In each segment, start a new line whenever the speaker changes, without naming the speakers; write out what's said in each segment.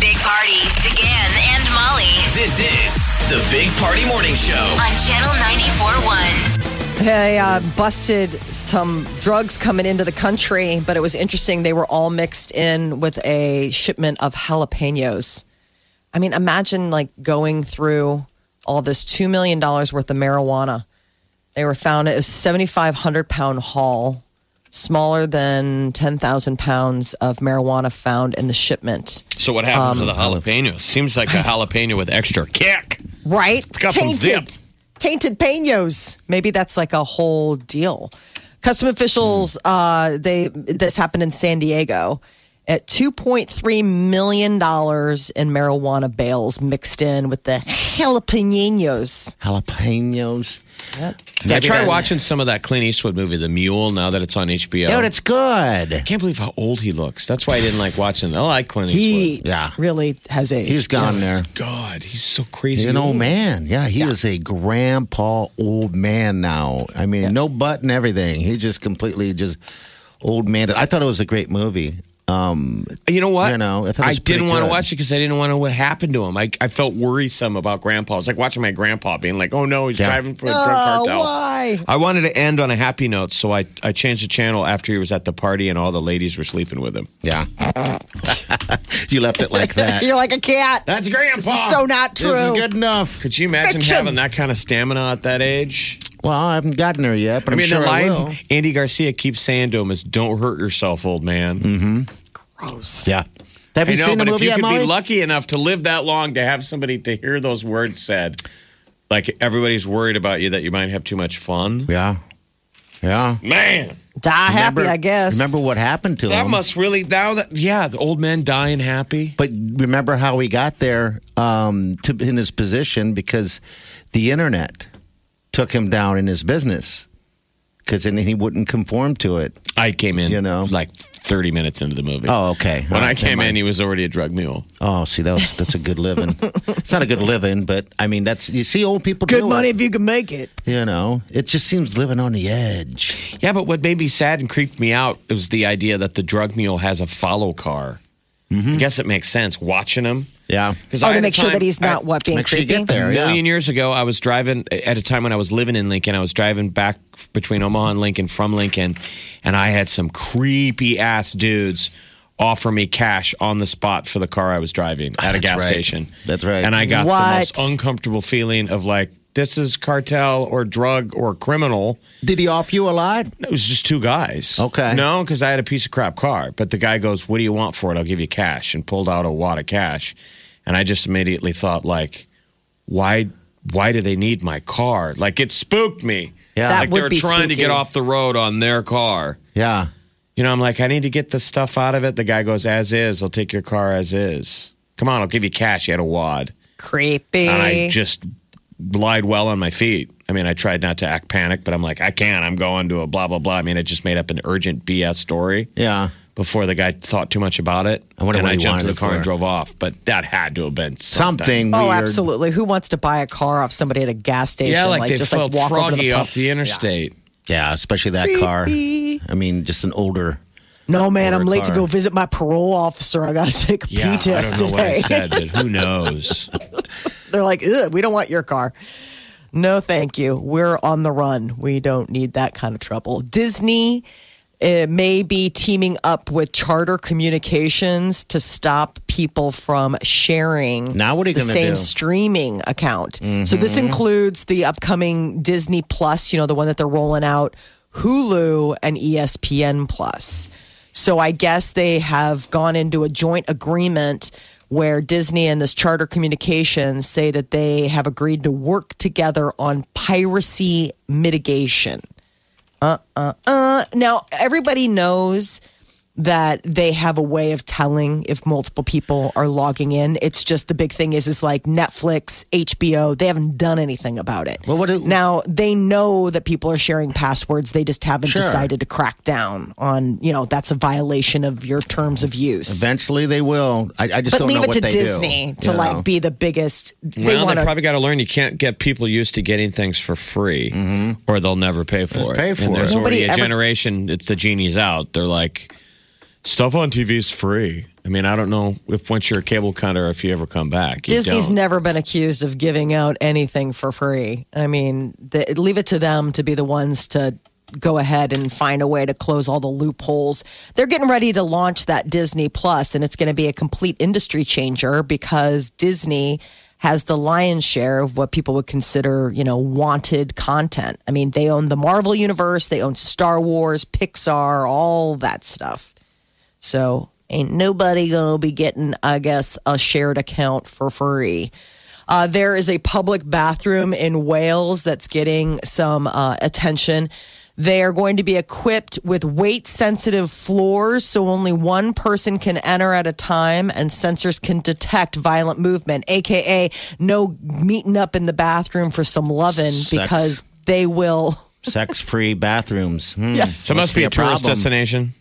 Big Party, DeGan and Molly
This is the Big Party Morning Show.
on Channel 94.1.
They uh, busted some drugs coming into the country, but it was interesting. They were all mixed in with a shipment of jalapenos. I mean, imagine like going through all this $2 million worth of marijuana. They were found at a 7,500 pound haul, smaller than 10,000 pounds of marijuana found in the shipment.
So what happens
Um,
to the jalapeno? Seems like a jalapeno with extra kick.
Right? It's
got some zip.
Tainted penos. Maybe that's like a whole deal. Custom officials, uh, they this happened in San Diego at two point three million dollars in marijuana bales mixed in with the jalapenos.
jalapenos.
I tried watching some of that Clint Eastwood movie, The Mule. Now that it's on HBO,
Dude, it's good.
I can't believe how old he looks. That's why I didn't like watching. it. I like Clint Eastwood.
He
Yeah.
really has aged.
He's gone
Yes.
there.
God, he's so crazy.
He's an old
old.
man. Yeah, he is a grandpa old man now. I mean, no butt and everything. He just completely just old man. I thought it was a great movie. Um,
You know what?
You know, I thought it was
didn't
pretty
want to
good.
watch it because I didn't want to know what happened to him. I, I felt worrisome about Grandpa. It was like watching my grandpa being like, "Oh no, he's
Yeah.
driving for a drug cartel."
Oh, Why?
I wanted to end on a happy note, so I, I changed the channel after he was at the party and all the ladies were sleeping with him.
yeah. you left it like that.
You're like a cat.
That's grandpa.
This is so not
This is
true.
good enough.
Could you imagine
Fiction.
having that kind of stamina at that age?
Well, I haven't gotten her yet,
I
but I'm
mean,
sure
the
I
line
will.
Andy Garcia keeps saying to him is, "Don't hurt yourself, old man."
Mm-hmm. Yeah. Have
I
you
know,
seen the
but if
movie
you
yet,
could
Molly?
be lucky enough to live that long to have somebody to hear those words said, like everybody's worried about you that you might have too much fun.
yeah. Yeah.
Man,
Die happy, I guess.
Remember what happened to
that
him?
must really now that yeah, the old man dying happy.
But remember how he got there um, to in his position because the internet took him down in his business because then he wouldn't conform to it.
I came in,
You know.
like thirty minutes into the movie.
Oh, okay.
When I
Alright,
came in,
never mind.
he was already a drug mule.
oh, see, that was, that's a good living. it's not a good living, but I mean, that's you see old people.
Good
do
money
It,
if you can make it.
you know, it just seems living on the edge.
Yeah, but what made me sad and creeped me out was the idea that the drug mule has a follow car.
Mm-hmm.
I guess it makes sense watching him.
Yeah,
Because
Oh, to make sure that he's not what being
make sure you
creepy.
get there.
A
Yeah.
million years ago, I was driving at a time when I was living in Lincoln. I was driving back between Omaha and Lincoln from Lincoln, and I had some creepy ass dudes offer me cash on the spot for the car I was driving at a
That's
gas
right.
station.
That's right.
And I got
What?
the most uncomfortable feeling of like, this is cartel or drug or criminal.
Did he off you a lot?
It was just two guys.
Okay.
No, because I had a piece of crap car. But the guy goes, What do you want for it? I'll give you cash. And pulled out a wad of cash. And I just immediately thought, like, why why do they need my car? Like it spooked me.
Yeah.
That
like
would
they're
be
trying to
spooky.
get off the road on their car.
Yeah.
You know, I'm like, I need to get the stuff out of it. The guy goes, as is, I'll take your car as is. Come on, I'll give you cash. You had a wad.
Creepy.
And I just lied well on my feet. I mean, I tried not to act panic, but I'm like, I can't. I'm going to a blah, blah, blah. I mean, I just made up an urgent BS story
Yeah.
before the guy thought too much about it.
I wonder
and
what
I
he
jumped in the
wanted it
car and
for.
drove off. But that had to have been something.
Something.
Oh,
weird.
absolutely. Who wants to buy a car off somebody at a gas station?
Yeah, like, they
just
felt
like walk over
froggy
the pump?
off the interstate.
Yeah, especially that car.
Creepy.
I mean, just an older.
No, man,
Or
I'm
a
late to
car.
go visit my parole officer. I got to take a
Yeah,
pee test
I don't know what I
today.
said, but who knows?
They're like, Ugh, we don't want your car. No, thank you. We're on the run. We don't need that kind of trouble. Disney uh, may be teaming up with Charter Communications to stop people from sharing
Now what are you
the
gonna
same
do? Mm-hmm.
streaming account. So this includes the upcoming Disney Plus, you know, the one that they're rolling out, Hulu and E ESPN Plus. So I guess they have gone into a joint agreement where Disney and this Charter Communications say that they have agreed to work together on piracy mitigation. Uh uh uh. Now everybody knows that they have a way of telling if multiple people are logging in. It's just the big thing is is like Netflix, HBO, they haven't done anything about it.
Well, what do-
now they know that people are sharing passwords. They just haven't
Sure.
decided to crack down on, you know, that's a violation of your terms of use.
Eventually, they will. I, I just
but
don't
leave
know
it
what
to
they
Disney
do.
to
you
like
know?
be the biggest they
well,
want
they
to
probably got to learn you can't get people used to getting things for free,
Mm-hmm.
or they'll never pay for it.
pay for
and there's
it.
already
Nobody
a
ever-
generation. It's the genie's out. They're like, stuff on TV is free. I mean, I don't know if once you're a cable cut or if you ever come back. You
Disney's
don't.
never been accused of giving out anything for free. I mean, the, leave it to them to be the ones to go ahead and find a way to close all the loopholes. They're getting ready to launch that Disney Plus, and it's going to be a complete industry changer because Disney has the lion's share of what people would consider, you know, wanted content. I mean, they own the Marvel universe, they own Star Wars, Pixar, all that stuff. So ain't nobody gonna be getting, I guess, a shared account for free. Uh, there is a public bathroom in Wales that's getting some uh, attention. They are going to be equipped with weight sensitive floors, so only one person can enter at a time, and sensors can detect violent movement, aka no meeting up in the bathroom for some lovin'
Sex.
because they will.
Sex-free bathrooms. Hmm.
Yes.
So it must be a tourist
problem.
destination.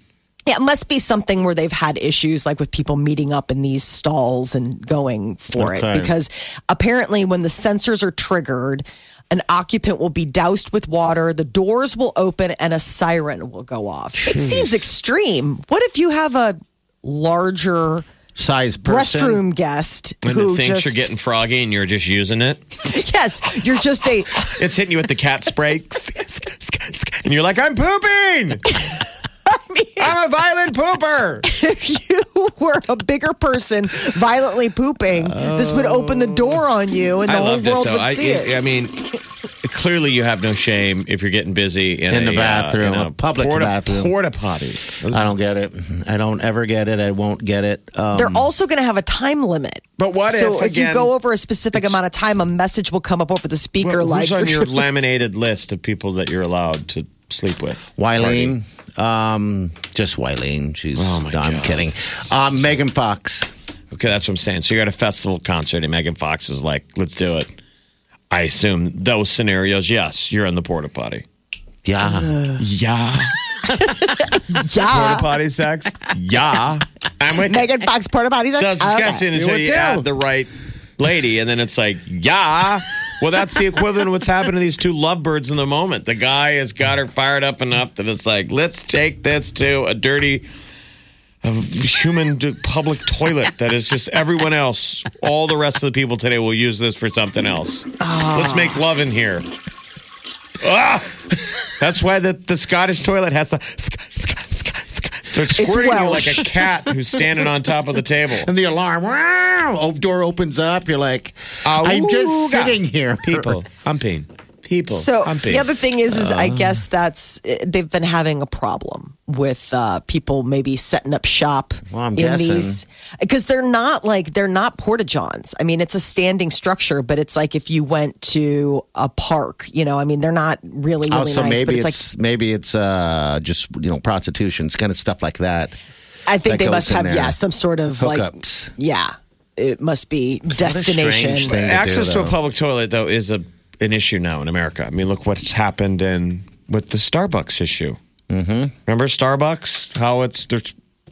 Yeah, it must be something where they've had issues like with people meeting up in these stalls and going for
Okay.
it. Because apparently, when the sensors are triggered, an occupant will be doused with water, the doors will open, and a siren will go off. It seems extreme. What if you have a larger
Size person.
restroom guest
And
who
it thinks
just
you're getting froggy and you're just using it.
yes, you're just a
It's hitting you with the cat spray. and you're like, I'm pooping. I'm a violent pooper.
if you were a bigger person violently pooping, this would open the door on you, and the
I
whole
loved it
world
though.
would
I,
see it.
I mean, clearly you have no shame if you're getting busy in,
In
a,
the bathroom,
uh, in
a public
porta,
bathroom.
porta potty.
I don't get it. I don't ever get it. I won't get it. Um,
They're also going to have a time limit.
But what
so
if,
you
again,
go over a specific amount of time, a message will come up over the speaker
Well,
like
who's on your laminated list of people that you're allowed to sleep with?
Wileen, um, just Wileen. She's.
Oh, my
no, I'm
God.
kidding. Um, Megan Fox.
Okay, that's what I'm saying. So you're at a festival concert and Megan Fox is like, "Let's do it." I assume those scenarios. Yes, you're in the porta potty.
Yeah,
Yeah, porta
yeah,
potty sex. Yeah, I'm with
Megan Fox porta potty. Like,
So it's disgusting
okay.
until
You
you
would
add
too.
the right lady, and then it's like, yeah. Well, that's the equivalent of what's happened to these two lovebirds in the moment. The guy has got her fired up enough that it's like, let's take this to a dirty a human d- public toilet that is just everyone else. All the rest of the people today will use this for something else. Let's make love in here. Ah! That's why the, the Scottish toilet has to start squirting you like
Welsh.
a cat who's standing on top of the table.
and the alarm. Wow! Oh, door opens up. You're like, I'm just
Awooga.
sitting here. Oh,
People humping. People
So
humping.
the other thing is, is I guess that's eh, they've been having a problem with uh, people maybe setting up shop
Well, I'm
in
guessing.
these because they're not like they're not porta johns. I mean, it's a standing structure, but it's like if you went to a park, you know. I mean, they're not really really
Oh, so
nice, but
maybe
it's, like
it's, maybe it's uh, just you know prostitution, it's kind of stuff like that.
I think
that
they
goes
must
in
have
there.
yeah some sort of
Hookups.
like yeah it must be
a strange
destination.
thing.
access
do,
to a
though.
public toilet though is a an issue now in America. I mean, look what's happened in with the Starbucks issue. Mm-hmm. Remember Starbucks? How it's they're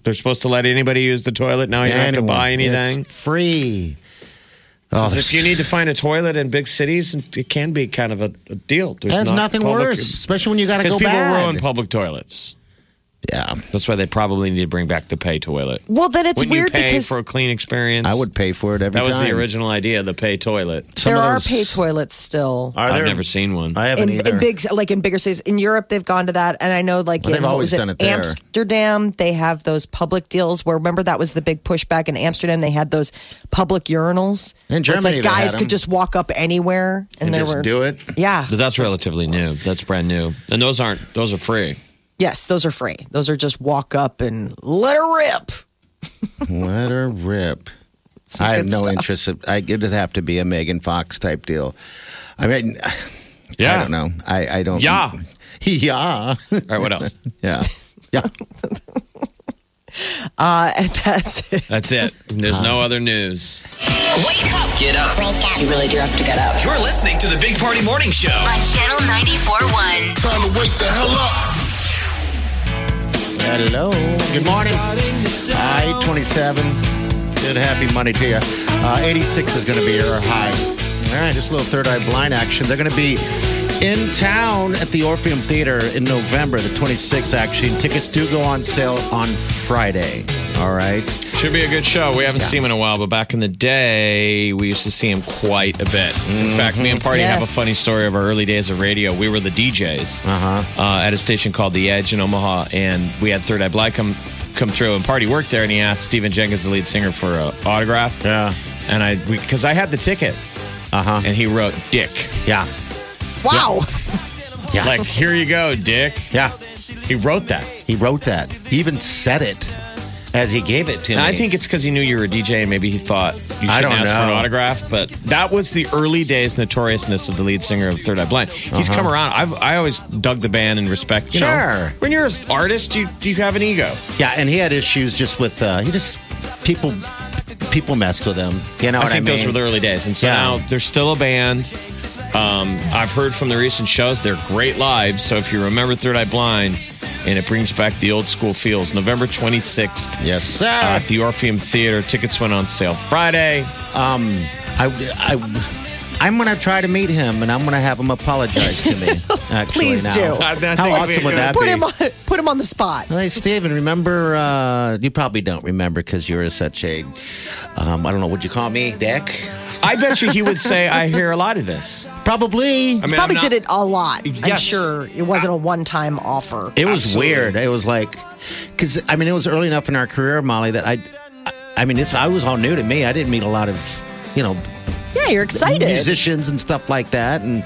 they're supposed to let anybody use the toilet now. You don't have to buy
Anyone.
anything.
It's free. Oh,
'Cause if you need to find a toilet in big cities, it can be kind of a, a deal. There's
there's
not
nothing
public-
worse, especially when you got to
because
go
people
bad.
ruin public toilets.
yeah,
That's why they probably need to bring back the pay toilet.
Well, then it's
Wouldn't
weird
you pay
because
for a clean experience.
I would pay for it every
That
time.
was the original idea, the pay toilet.
Some
there
of
are
those-
pay toilets still.
Are there?
I've never seen one.
I haven't
in,
either.
in big like in bigger cities in Europe they've gone to that and I know like
Well,
in
they've
what
always
was
done it there.
Amsterdam they have those public deals where remember that was the big pushback in Amsterdam they had those public urinals
In
Where it's
Germany,
like
they
guys
had
could
them.
just walk up anywhere and,
and
there
just
were
do it.
yeah
But that's relatively new. That's brand new. And those aren't, those are free.
yes those are free those are just walk up and let her rip
Let her rip.
Some
I have
good
no
stuff.
interest. in- I it'd have to be a Megan Fox type deal. I mean, I don't know. I, I don't.
Yeah.
Yeah.
All right, what else?
Yeah. Yeah.
Uh, and that's it.
That's it. There's no other news.
Wake up
Get up.
You really do have to get up.
You're listening to the Big Party Morning Show.
on Channel 94.1.
Time to wake the hell up.
Hello. Good morning. Hi, 27. Good happy Monday to you. Uh, 86 is going to be your high. All right, just a little third eye blind action. They're going to be in town at the Orpheum Theater in November, the 26th, actually. Tickets do go on sale on Friday. All right.
Should be a good show. We haven't seen him in a while, but back in the day, we used to see him quite a bit. In fact, me and Party have a
Yes.
funny story of our early days of radio. We were the DJs uh-huh. at a station called The Edge in Omaha, and we had Third Eye Blind come come through, and Party worked there, and he asked Stephen Jenkins, the lead singer, for an autograph.
Yeah.
And I, because I had the ticket,
Uh huh.
and he wrote Dick.
Yeah.
Wow.
Yeah.
Like, here you go, Dick.
yeah.
He wrote that.
He wrote that. He even said it as he gave it to
And
me.
I think it's because he knew you were a DJ and maybe he thought you should
I
ask
don't
for an
know.
autograph. But that was the early days notoriousness of the lead singer of Third Eye Blind. He's come around. I've I always dug the band and respect. You know,
Uh-huh. Sure. Oh,
when you're an artist, you you have an ego.
Yeah, and he had issues just with uh, he just people people messed with him. You know
I
what
think
I mean?
those were the early days. And so
Yeah.
now they're still a band. Um, I've heard from the recent shows they're great live. So if you remember Third Eye Blind, and it brings back the old school feels. November 26th
yes, sir.
uh, at the Orpheum Theater. Tickets went on sale Friday.
I, I, I'm gonna try to meet him, and I'm gonna have him apologize to me. Actually,
Please
now.
do.
I think
How
it'd be
awesome would
good.
that
Put
be?
him on. Put him on the spot.
Hey, Steven, remember? Uh, you probably don't remember because you're such a, um, I don't know, would you call me Dick?
I bet you he would say, I hear a lot of this.
Probably.
I mean,
Probably
I'm not-
did it a lot. I'm
Yes.
sure it wasn't a one-time offer.
It was
Absolutely.
weird. It was like, because I mean, it was early enough in our career, Molly, that I, I mean, this I was all new to me. I didn't meet a lot of, you know,
yeah, you're excited.
musicians and stuff like that, and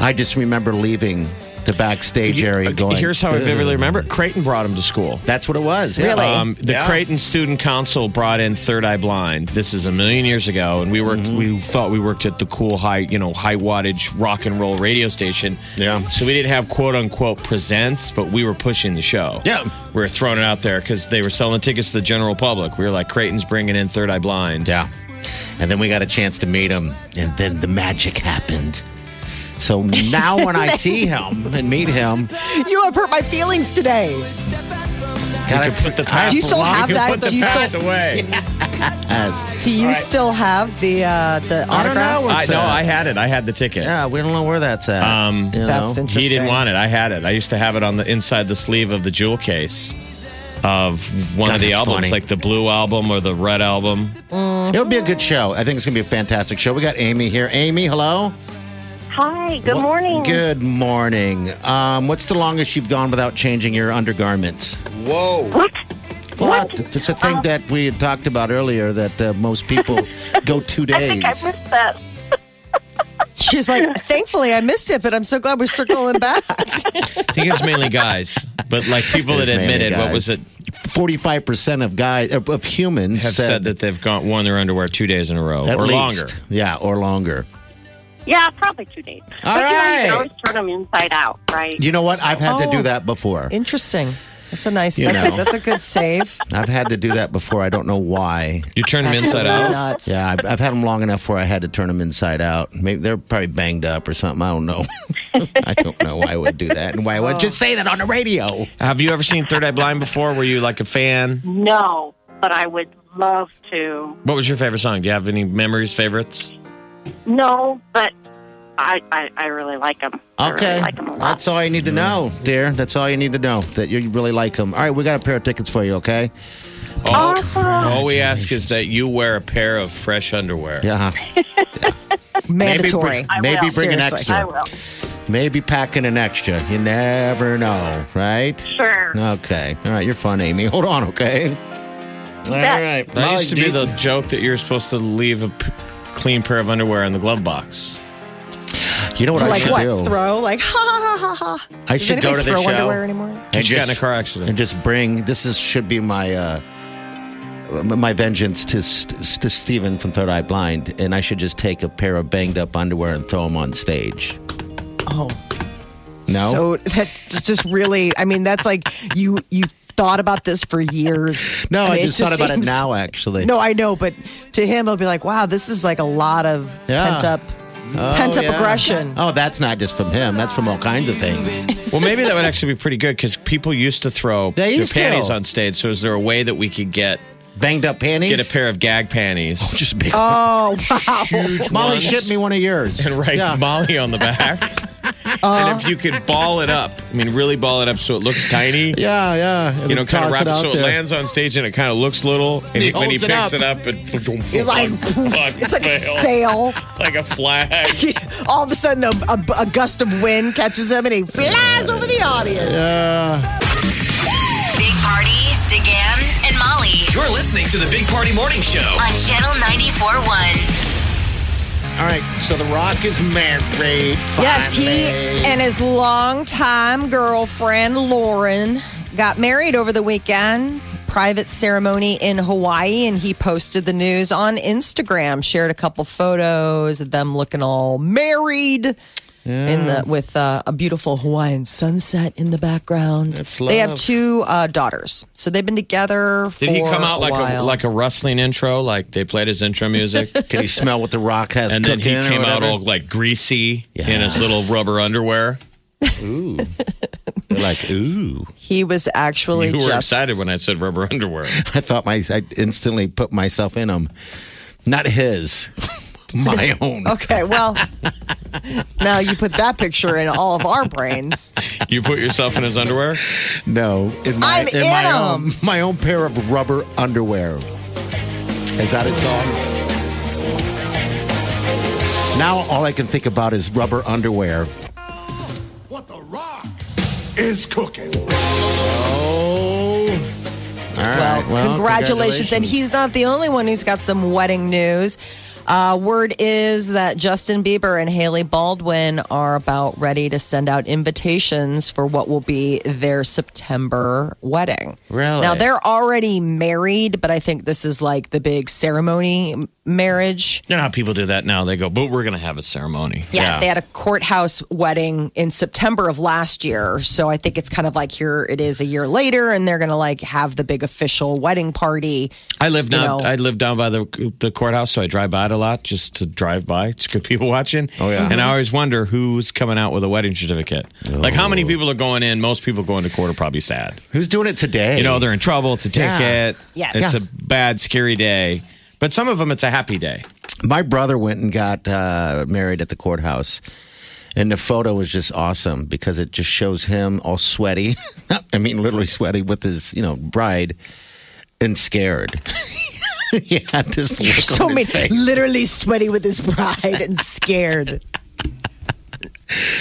I just remember leaving the backstage area.
Okay,
Going,
Here's how I
"Ugh."
vividly remember it. Creighton brought him to school.
That's what it was. yeah.
Really?
Um, the
Yeah.
Creighton Student Council brought in Third Eye Blind. This is a million years ago, and we worked.
Mm-hmm.
We thought we worked at the cool high, you know, high wattage rock and roll radio station.
Yeah.
So we didn't have quote unquote presents, but we were pushing the show.
Yeah.
We were throwing it out there because they were selling tickets to the general public. We were like, Creighton's bringing in Third Eye Blind.
Yeah. And then we got a chance to meet him, and then the magic happened. So now when I see him and meet him,
you have hurt my feelings today.
God, I
Put the past
Do you still
along.
have
You
that?
Put the
Do you
past
still-
away.
Do you
right.
still have the uh, the
I don't
autograph?
know.
I,
What's
no,
that?
I had it. I had the ticket.
Yeah, we don't know where that's at. Um,
That's interesting.
He didn't want it. I had it. I used to have it on the inside the sleeve of the jewel case of one
God,
of the
that's
albums,
funny.
like the blue album or the red album.
It'll be a good show. I think it's going to be a fantastic show. We got Amy here. Amy, hello.
Hi, good morning.
Good morning. Um, what's the longest you've gone without changing your undergarments?
What?
Well,
What? Um,
it's- it's a thing that we had talked about earlier that uh, most people go two
I think I
days.
missed that.
She's like, thankfully I missed it, but I'm so glad we're circling back.
I think it's mainly guys, but like people that
It's mainly
admitted, what
guys.
was it,
Forty-five percent of guys of, of humans
have said, that they've gone worn their underwear two days in a row
at
or
least,
longer.
yeah, or longer.
Yeah, probably two days.
All
but you, know, you
right.
can always turn them inside out, right?
You know what? I've had to
Oh.
do that before.
Interesting. That's a nice.
You
That's a,
know.
that's a good save.
I've had to do that before. I don't know why.
You turn them
That's
inside
really
out.
Nuts.
Yeah, I've, I've had them long enough where I had to turn them inside out. Maybe they're probably banged up or something. I don't know. I don't know why I would do that and why I would just say that on the radio.
Have you ever seen Third Eye Blind before? Were you like a fan?
no, but I would love to.
What was your favorite song? Do you have any memories, favorites?
No, but I I, I really like them. I
Okay,
really like them a lot.
that's all you need to know, dear. That's all you need to know that you really like them. All right, we got a pair of tickets for you. Okay.
All,
Awesome.
all we ask is that you wear a pair of fresh underwear.
Yeah.
Mandatory.
Maybe, br- maybe
will.
bring an
Seriously.
I
extra.
will.
Maybe pack in an extra. You never know, right?
Sure.
Okay. All right. You're fun, Amy. Hold on, okay? All right.
That used to
Molly,
be
do
the
you-
joke that you're supposed to leave a p- clean pair of underwear in the glove box.
You know what
To
I
like
should
what?
do?
Throw like ha ha ha ha ha.
I
Does
should go
anybody
to the
throw
show.
underwear anymore?
Did you get
just-
in a car
and
accident?
just bring this is should be my uh my vengeance to, St- to Steven from Third Eye Blind, and I should just take a pair of banged up underwear and throw them on stage.
Oh.
No?
So that's just really. I mean, that's like you you thought about this for years.
No, I,
mean,
just, thought about it
seems-
now, actually.
No, I know, but to him, it'll be like, wow, this is like a lot of
Yeah.
pent up,
Oh,
pent up
yeah.
aggression.
Oh, that's not just from him. That's from all kinds of things.
Well, maybe that would actually be pretty good because people used to throw
They
their
used to.
panties on stage. So, is there a way that we could get
Banged up panties.
get a pair of gag panties
Just big.
Oh, wow.
Molly
ones.
shipped me one of yours.
and write
Yeah. Uh,
Molly on the back? and if you could ball it up, I mean, really ball it up so it looks tiny.
Yeah, yeah.
You know, kind of
Toss
wrap it
out
so it
there.
lands on stage and it kind of looks little. And
He
he- when he
holds it
picks it up,
up.
it,
It's like, it's like a sail.
like a flag.
All of a sudden, a, a- a gust of wind catches him and he flies over the audience.
Big Party, DeGan and Molly
You're listening to the Big Party Morning Show.
on Channel 94.1.
All right. So The Rock is married.
Yes, he
finally.
and his longtime girlfriend, Lauren, got married over the weekend. Private ceremony in Hawaii, and he posted the news on Instagram. Shared a couple photos of them looking all married, in the with uh, a beautiful Hawaiian sunset in the background.
That's
They have
love.
two uh, daughters, so they've been together. For
Did he come out
a
like a,
while.
like a rustling intro? Like they played his intro music,
Can you smell what The Rock has
and then he
cooking or
came out
whatever?
all like greasy in
Yes.
his little rubber underwear.
They're like, ooh.
he was actually
You were
just
excited when I said rubber underwear.
I thought my I instantly put myself in them. Not his, my own.
Okay, well, now you put that picture in all of our brains.
You put yourself in his underwear.
No, in my,
I'm
in my
in 'em.
own my own pair of rubber underwear. Is that a song? Now all I can think about is rubber underwear.
What the rock is cooking.
Oh. All right.
Well,
well,
congratulations. And he's not the only one who's got some wedding news. Uh, word is that Justin Bieber and Haley Baldwin are about ready to send out invitations for what will be their September wedding.
Really?
Now, they're already married, but I think this is like the big ceremony marriage.
You know how people do that now? They go, but we're gonna have a ceremony.
Yeah, they had a courthouse wedding in September of last year. So I think it's kind of like here it is a year later, and they're going to like have the big official wedding party.
I live
You
down.
know.
I live down by the the courthouse, so I drive by it a lot just to drive by. It's good people watching. Oh
yeah.
And I always wonder who's coming out with a wedding certificate. Like how many people are going in? Most people going to court are probably sad.
Who's doing it today?
You know they're in trouble. It's a
Yeah.
ticket.
Yes.
It's
Yes.
a bad, scary day. But some of them, it's a happy day.
my brother went and got uh, married at the courthouse and the photo was just awesome because it just shows him all sweaty i mean literally sweaty with his you know bride and scared he had this look
So
on
many,
his face.
literally sweaty with his bride and scared.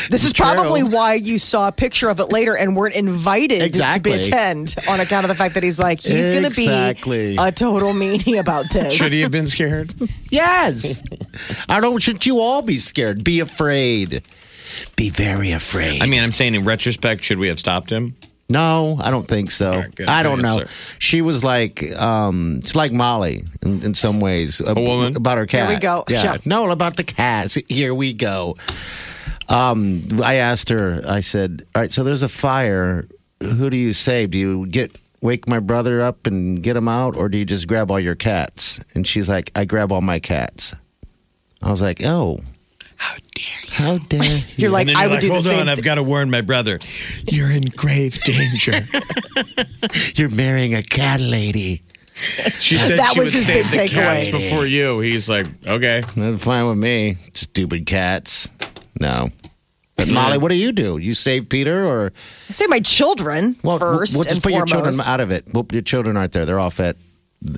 This is
True.
probably why you saw a picture of it later and weren't invited
Exactly.
to be attend on account of the fact that he's like he's going to
Exactly.
be a total meanie about this.
Should he have been scared?
yes i don't should you all be scared be afraid be very afraid
I mean, I'm saying in retrospect, should we have stopped him?
No, I don't think so.
right, good.
I don't
Good
know.
answer.
She was like, um, she's like Molly in, in some ways. A
woman?
about her cat.
we go.
Yeah.
Yeah.
No, about the cats. Here we go. Um, I asked her. I said, "All right, so there's a fire. Who do you save? Do you get wake my brother up and get him out, or do you just grab all your cats?" And she's like, "I grab all my cats." I was like, "Oh, how dare you? How dare
You're like
and then
I
you're
would
like,
do the
hold
same.
on,
thing."
I've got to warn my brother. You're in grave danger.
you're marrying a cat lady?"
She said
That
she
was
would
his
save
big
the cats
takeaway.
before you. He's like, okay.
That's fine with me. Stupid cats. No. But Molly, what do you do? You save Peter or
Say my children
well,
first
we'll just
and
put
foremost.
your children out of it. Well, your children aren't there. They're off at uh,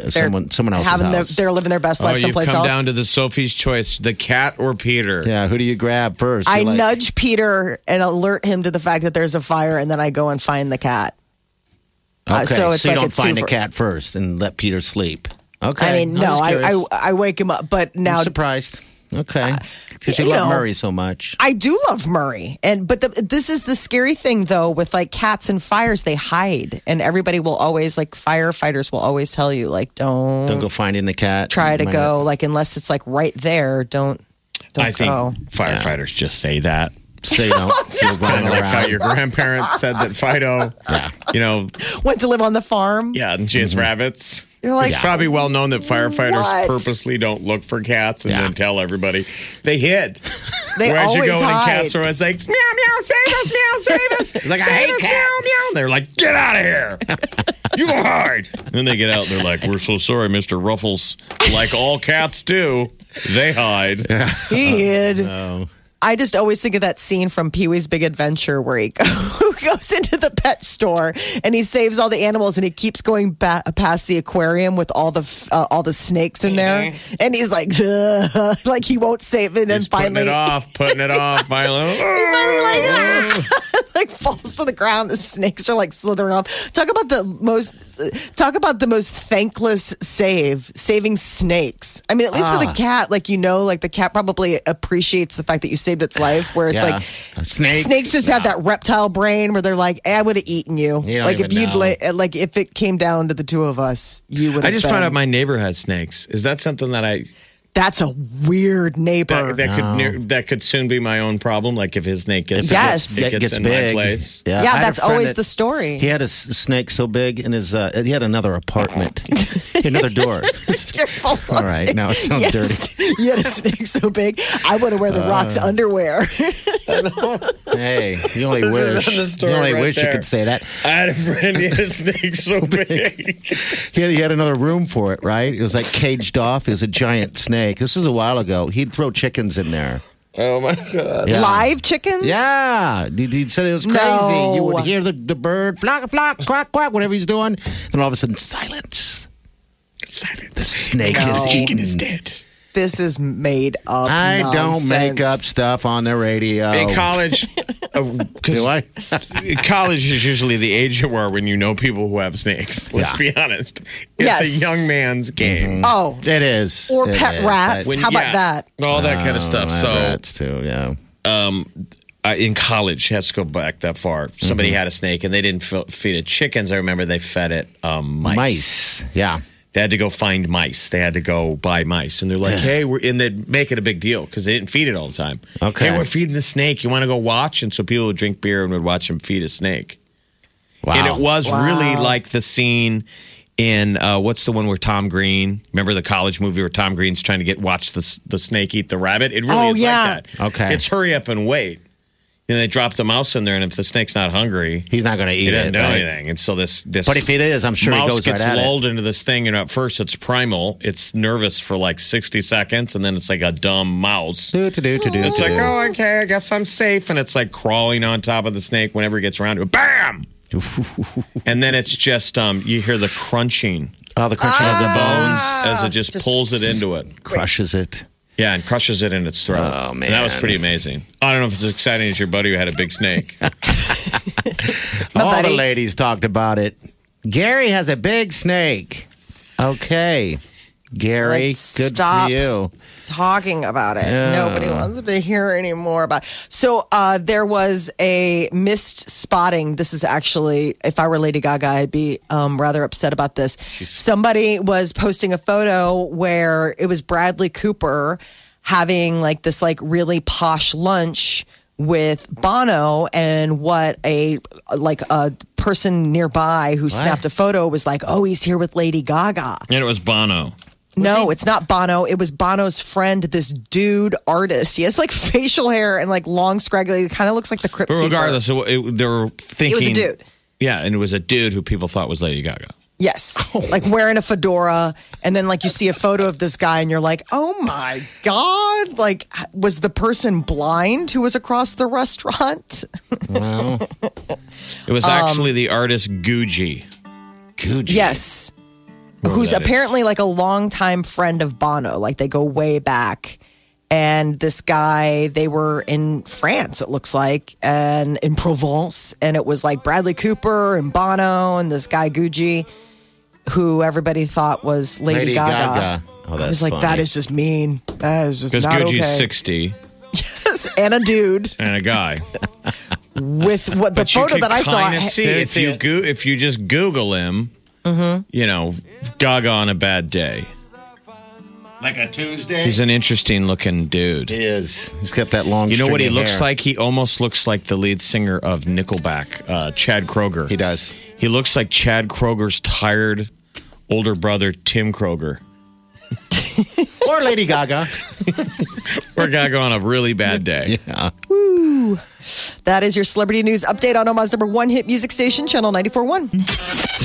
someone someone else's
having their-
house.
they're living their best life
oh, you've
someplace
come
else.
down to the Sophie's choice: the cat or Peter.
yeah, who do you grab first?
I
You're like,
nudge Peter and alert him to the fact that there's a fire, and then I go and find the cat.
Okay,
uh, so it's
you
like
don't
a
find the
twofer.
cat first and let Peter sleep. Okay.
I mean, no,
I'm just
I,
curious.
I I wake him up, but
I'm
now Uh,
surprised. Okay. Because you
you know.
love Murray so much.
I do love Murray, and but the, this is the scary thing though with like cats and fires, they hide, and everybody will always like firefighters will always tell you like don't,
Don't go finding the cat.
try to
Might
go
not-
like unless it's like right there, don't don't
I think
go.
firefighters just say that.
Say no. You're running
Kind of like
around.
how your grandparents said that Fido. you know,
Went to live on the farm.
yeah, and she has rabbits.
You're like,
it's probably well known that firefighters
What?
purposely don't look for cats and
Yeah.
then tell everybody they hid.
They
Whereas
always
you go
hide.
in cats are always like, meow, meow, save us, meow, save us.
like, I
save
hate
us, meow,
cats.
meow. They're like, get out of here. you go hide. Then they get out and they're like, we're so sorry, Mr. Ruffles. Like all cats do, they hide.
He hid.
Oh,
I just always think of that scene from Pee Wee's Big Adventure where he goes into the pet store and he saves all the animals and he keeps going ba- past the aquarium with all the f- uh, all the snakes in there and he's like "Ugh," like he won't save it and then
Just
finally
putting it off, putting it off, finally.
finally like, "Ah!"
Mm.
like falls to the ground. The snakes are like slithering off. Talk about the most. Talk about the most thankless save. Saving snakes. I mean, at least
Ah.
with a cat, like you know, like the cat probably appreciates the fact that you saved its life. Where it's
Yeah.
like
A snake.
Snakes just have that reptile brain where they're like, eh, I would have eaten you.
You don't
like if
even
you'd
know.
la- like if it came down to the two of us, you would.
I just found out my neighbor had snakes. Is that something that I
that's a weird neighbor.
that, that could near, that could soon be my own problem? Like if his snake gets
Yes.
it
It
gets, in my place.
Yeah, I
yeah,
had a
that's
friend
always
that-
the story.
He had a s- snake so big in his. Uh, he had another apartment, He had another door.
Careful.
All right, now it sounds dirty. Uh,
You had a snake so big, I want to wear the Rock's underwear.
Hey, you only wish.
on the
You
story
only
right
wish you
there.
could say that.
I had a friend he had a snake so big.
He had, he had another room for it, right? It was like caged off. It was a giant snake. This is a while ago. He'd throw chickens in there.
Oh my
Uh,
god!
Yeah.
Live chickens?
Yeah, he, he said it was crazy. You would hear the, the bird flock, flock, quack, quack, whatever he's doing. Then all of a sudden, silence. The
Silence.
snake is eaten.
dead.
This is made up.
I don't make up
nonsense.
stuff on the radio.
In college, uh, 'cause
Do I?
college is usually the age you are when you know people who have snakes. Let's
Yeah. Mm-hmm.
be honest. It's
Yes.
a young man's game.
Oh,
It is.
or
It
pet
is.
rats.
When-
How about
yeah,
that?
All that kind of stuff.
Oh, I-
So
rats too. Yeah.
I, in college, has to go back that far. Somebody
Mm-hmm.
had a snake and they didn't fe- feed it chickens. I remember they fed it um, mice.
Mice. Yeah.
They had to go find mice. They had to go buy mice, and they're like, "Hey, we're," and they'd make it a big deal because they didn't feed it all the time.
Okay.
hey, we're feeding the snake. You want to go watch? And so people would drink beer and would watch him feed a snake.
Wow.
And it was really like the scene in uh, what's the one where Tom Green? Remember the college movie where Tom Green's trying to get watch the the snake eat the rabbit? It really
Oh,
is
yeah.
like that.
Okay.
it's hurry up and wait. And they drop the mouse in there, and if the snake's not hungry,
He's not going to eat
he doesn't
it.
know
right?
anything. And so this this
But if it is, I'm sure he
mouse
goes right
gets
at it.
lulled into this thing, and at first it's primal, it's nervous for like 60 seconds, and then it's like a dumb mouse.
Do to do to do.
It's
to
like,
do.
oh, okay, I guess I'm safe. And it's like crawling on top of the snake whenever it gets around to it. Bam! and then it's just, um, you hear the crunching
Oh, the crunching
of the
Ah,
of the bone
bones as it just, pulls it into it.
crushes it.
Yeah, and crushes it in its throat.
Oh,
And that was
man.
pretty amazing. I don't know if it's as exciting as your buddy who had a big snake.
All
buddy.
the ladies talked about it. Gary has a big snake. Okay. Gary,
Let's
good
stop.
for you.
Talking about it. Nobody wants to hear any more about So uh, there was a missed spotting. This is actually, if I were Lady Gaga, I'd be um, rather upset about this. Somebody was posting a photo where it was Bradley Cooper having like this like really posh lunch with Bono and what a like a person nearby who snapped a photo was like, "Oh, he's here with Lady Gaga."
and it was Bono.
No, it's not Bono. It was Bono's friend, this dude artist. He has like facial hair and like long, scraggly. Kind of looks like the crypt.
But
Keeper.
regardless, it, it, they were thinking.
it was a dude.
Yeah, and it was a dude who people thought was Lady Gaga.
Yes,
Oh.
like wearing a fedora, and then like you see a photo of this guy, and you're like, oh my god! Like, was the person blind who was across the restaurant?
Wow.
It was actually the artist Gucci.
Gucci.
Um, Yes.
Whoever
Who's
that is.
apparently like a longtime friend of Bono. Like they go way back. And this guy, they were in France, it looks like, and in Provence. And it was like Bradley Cooper and Bono and this guy, Gucci, who everybody thought was Lady,
Lady
Gaga.
Gaga. Oh,
I
that's
was like,
funny.
that is just mean. That is just
Because
not
Gucci's
okay.
60
and a dude
and a guy.
with what the photo that I saw.
kinda see
Dude,
if
see
you
it.
go, if you just
Mm-hmm.
Google him, you know, Gaga on a bad day.
Like a Tuesday?
He's an interesting looking dude.
He is. He's got that long
You know what he
stringy
looks
hair.
like? He almost looks like the lead singer of Nickelback, uh, Chad Kroger.
He does.
He looks like Chad Kroger's tired older brother, Tim Kroger.
Or Lady Gaga.
We're gonna go on a really bad day.
yeah.
That is your celebrity news update on Omaha's number one hit music station, Channel 941.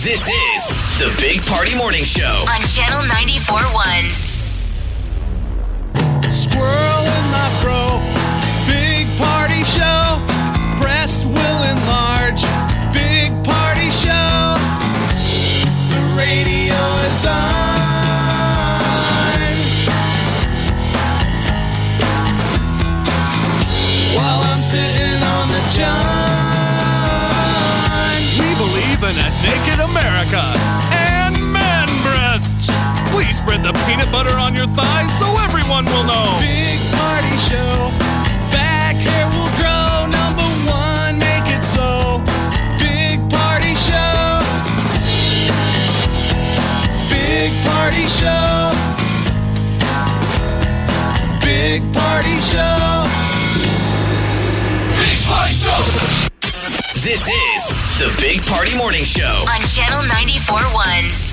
This is the Big Party Morning Show.
on Channel 94.1.
Squirrel in my fro. Big Party Show. Breast will enlarge. Big Party Show. The radio is on. While I'm sitting on the john. We believe in a naked America and man breasts. Please spread the peanut butter on your thighs so everyone will know. Big party show. Back hair will grow. Number one, make it so. Big party show. Big party show. Big party show. Big party show. This is the Big Party Morning Show.
On Channel 94.1.